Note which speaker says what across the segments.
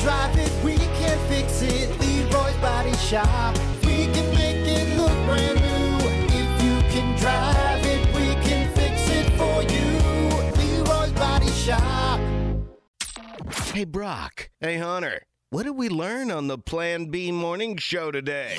Speaker 1: drive it, we can fix it. Leroy's Body Shop. We can make it look brand new. If you can drive it, we can fix it for you. Leroy's Body Shop.
Speaker 2: Hey, Brock. Hey, Hunter. What did we learn on the Plan B morning show today?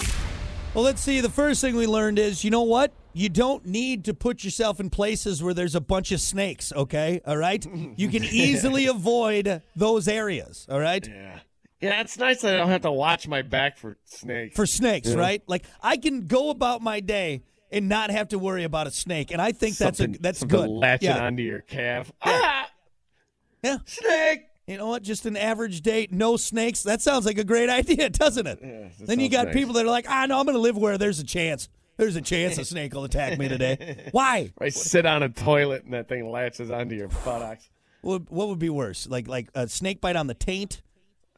Speaker 3: Well, let's see. The first thing we learned is you know what? You don't need to put yourself in places where there's a bunch of snakes, okay? All right? You can easily avoid those areas, all right?
Speaker 4: Yeah. Yeah, it's nice that I don't have to watch my back for snakes.
Speaker 3: For snakes, right? Like I can go about my day and not have to worry about a snake, and I think that's a, that's
Speaker 4: something
Speaker 3: good.
Speaker 4: Latching
Speaker 3: yeah.
Speaker 4: onto your calf. Ah,
Speaker 3: yeah.
Speaker 4: snake.
Speaker 3: You know what? Just an average date, no snakes. That sounds like a great idea, doesn't it? then you
Speaker 4: sounds
Speaker 3: got
Speaker 4: nice.
Speaker 3: people that are like, "Ah, no, I'm going to live where there's a chance. There's a chance a snake will attack me today." Why?
Speaker 4: I sit on a toilet and that thing latches onto your buttocks.
Speaker 3: What, what would be worse? Like like a snake bite on the taint,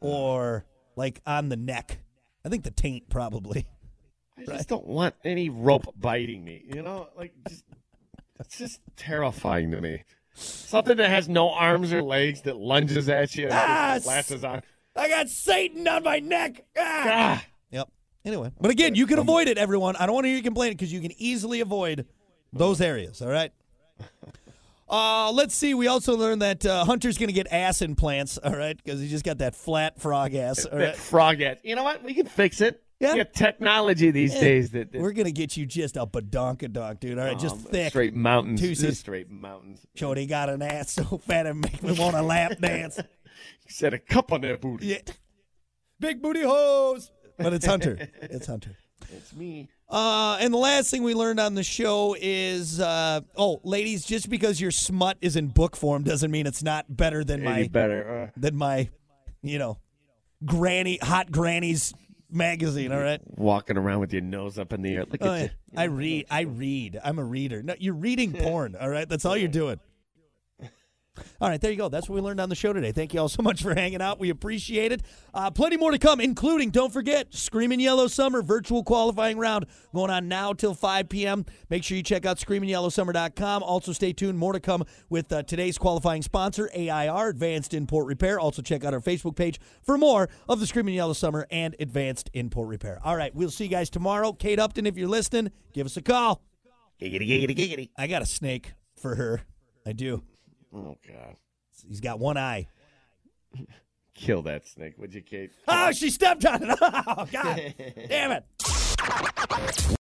Speaker 3: or like on the neck? I think the taint probably.
Speaker 4: I just don't want any rope biting me. You know, like just, it's just terrifying to me. Something that has no arms or legs that lunges at you and
Speaker 3: Ah,
Speaker 4: just latches on.
Speaker 3: I got Satan on my neck. Ah!
Speaker 4: Ah,
Speaker 3: Yep. Anyway, Um, but again, you can avoid it, everyone. I don't want to hear you complain because you can easily avoid those areas. All right. Uh, let's see. We also learned that uh, Hunter's going to get ass implants. All right, because he just got that flat frog ass. All
Speaker 4: that
Speaker 3: right.
Speaker 4: frog ass. You know what? We can fix it.
Speaker 3: Yeah.
Speaker 4: We got technology these days that, that
Speaker 3: We're going to get you just a badonkadonk, dude. All right, just
Speaker 4: um,
Speaker 3: thick.
Speaker 4: Straight mountains.
Speaker 3: Two seats.
Speaker 4: Straight mountains.
Speaker 3: Jody got an ass so fat it make me want to lap dance.
Speaker 4: Set a cup on that booty.
Speaker 3: Yeah. Big booty hose. But it's Hunter. It's Hunter.
Speaker 4: It's me.
Speaker 3: Uh, and the last thing we learned on the show is, uh, oh, ladies, just because your smut is in book form doesn't mean it's not better than
Speaker 4: Any
Speaker 3: my
Speaker 4: better. Uh,
Speaker 3: than my, you know, granny hot grannies magazine. All right,
Speaker 4: walking around with your nose up in the air. Look
Speaker 3: Oh,
Speaker 4: at
Speaker 3: yeah.
Speaker 4: you.
Speaker 3: I read. I read. I'm a reader. No, you're reading porn. All right, that's all you're doing. All right, there you go. That's what we learned on the show today. Thank you all so much for hanging out. We appreciate it. Uh, plenty more to come, including, don't forget, Screaming Yellow Summer virtual qualifying round going on now till 5 p.m. Make sure you check out screamingyellowsummer.com. Also, stay tuned. More to come with uh, today's qualifying sponsor, AIR, Advanced Import Repair. Also, check out our Facebook page for more of the Screaming Yellow Summer and Advanced Import Repair. All right, we'll see you guys tomorrow. Kate Upton, if you're listening, give us a call.
Speaker 4: Giggity, giggity, giggity.
Speaker 3: I got a snake for her. I do.
Speaker 4: Oh, God.
Speaker 3: He's got one eye.
Speaker 4: Kill that snake, would you, Kate?
Speaker 3: Oh, she stepped on it. Oh, God. Damn it.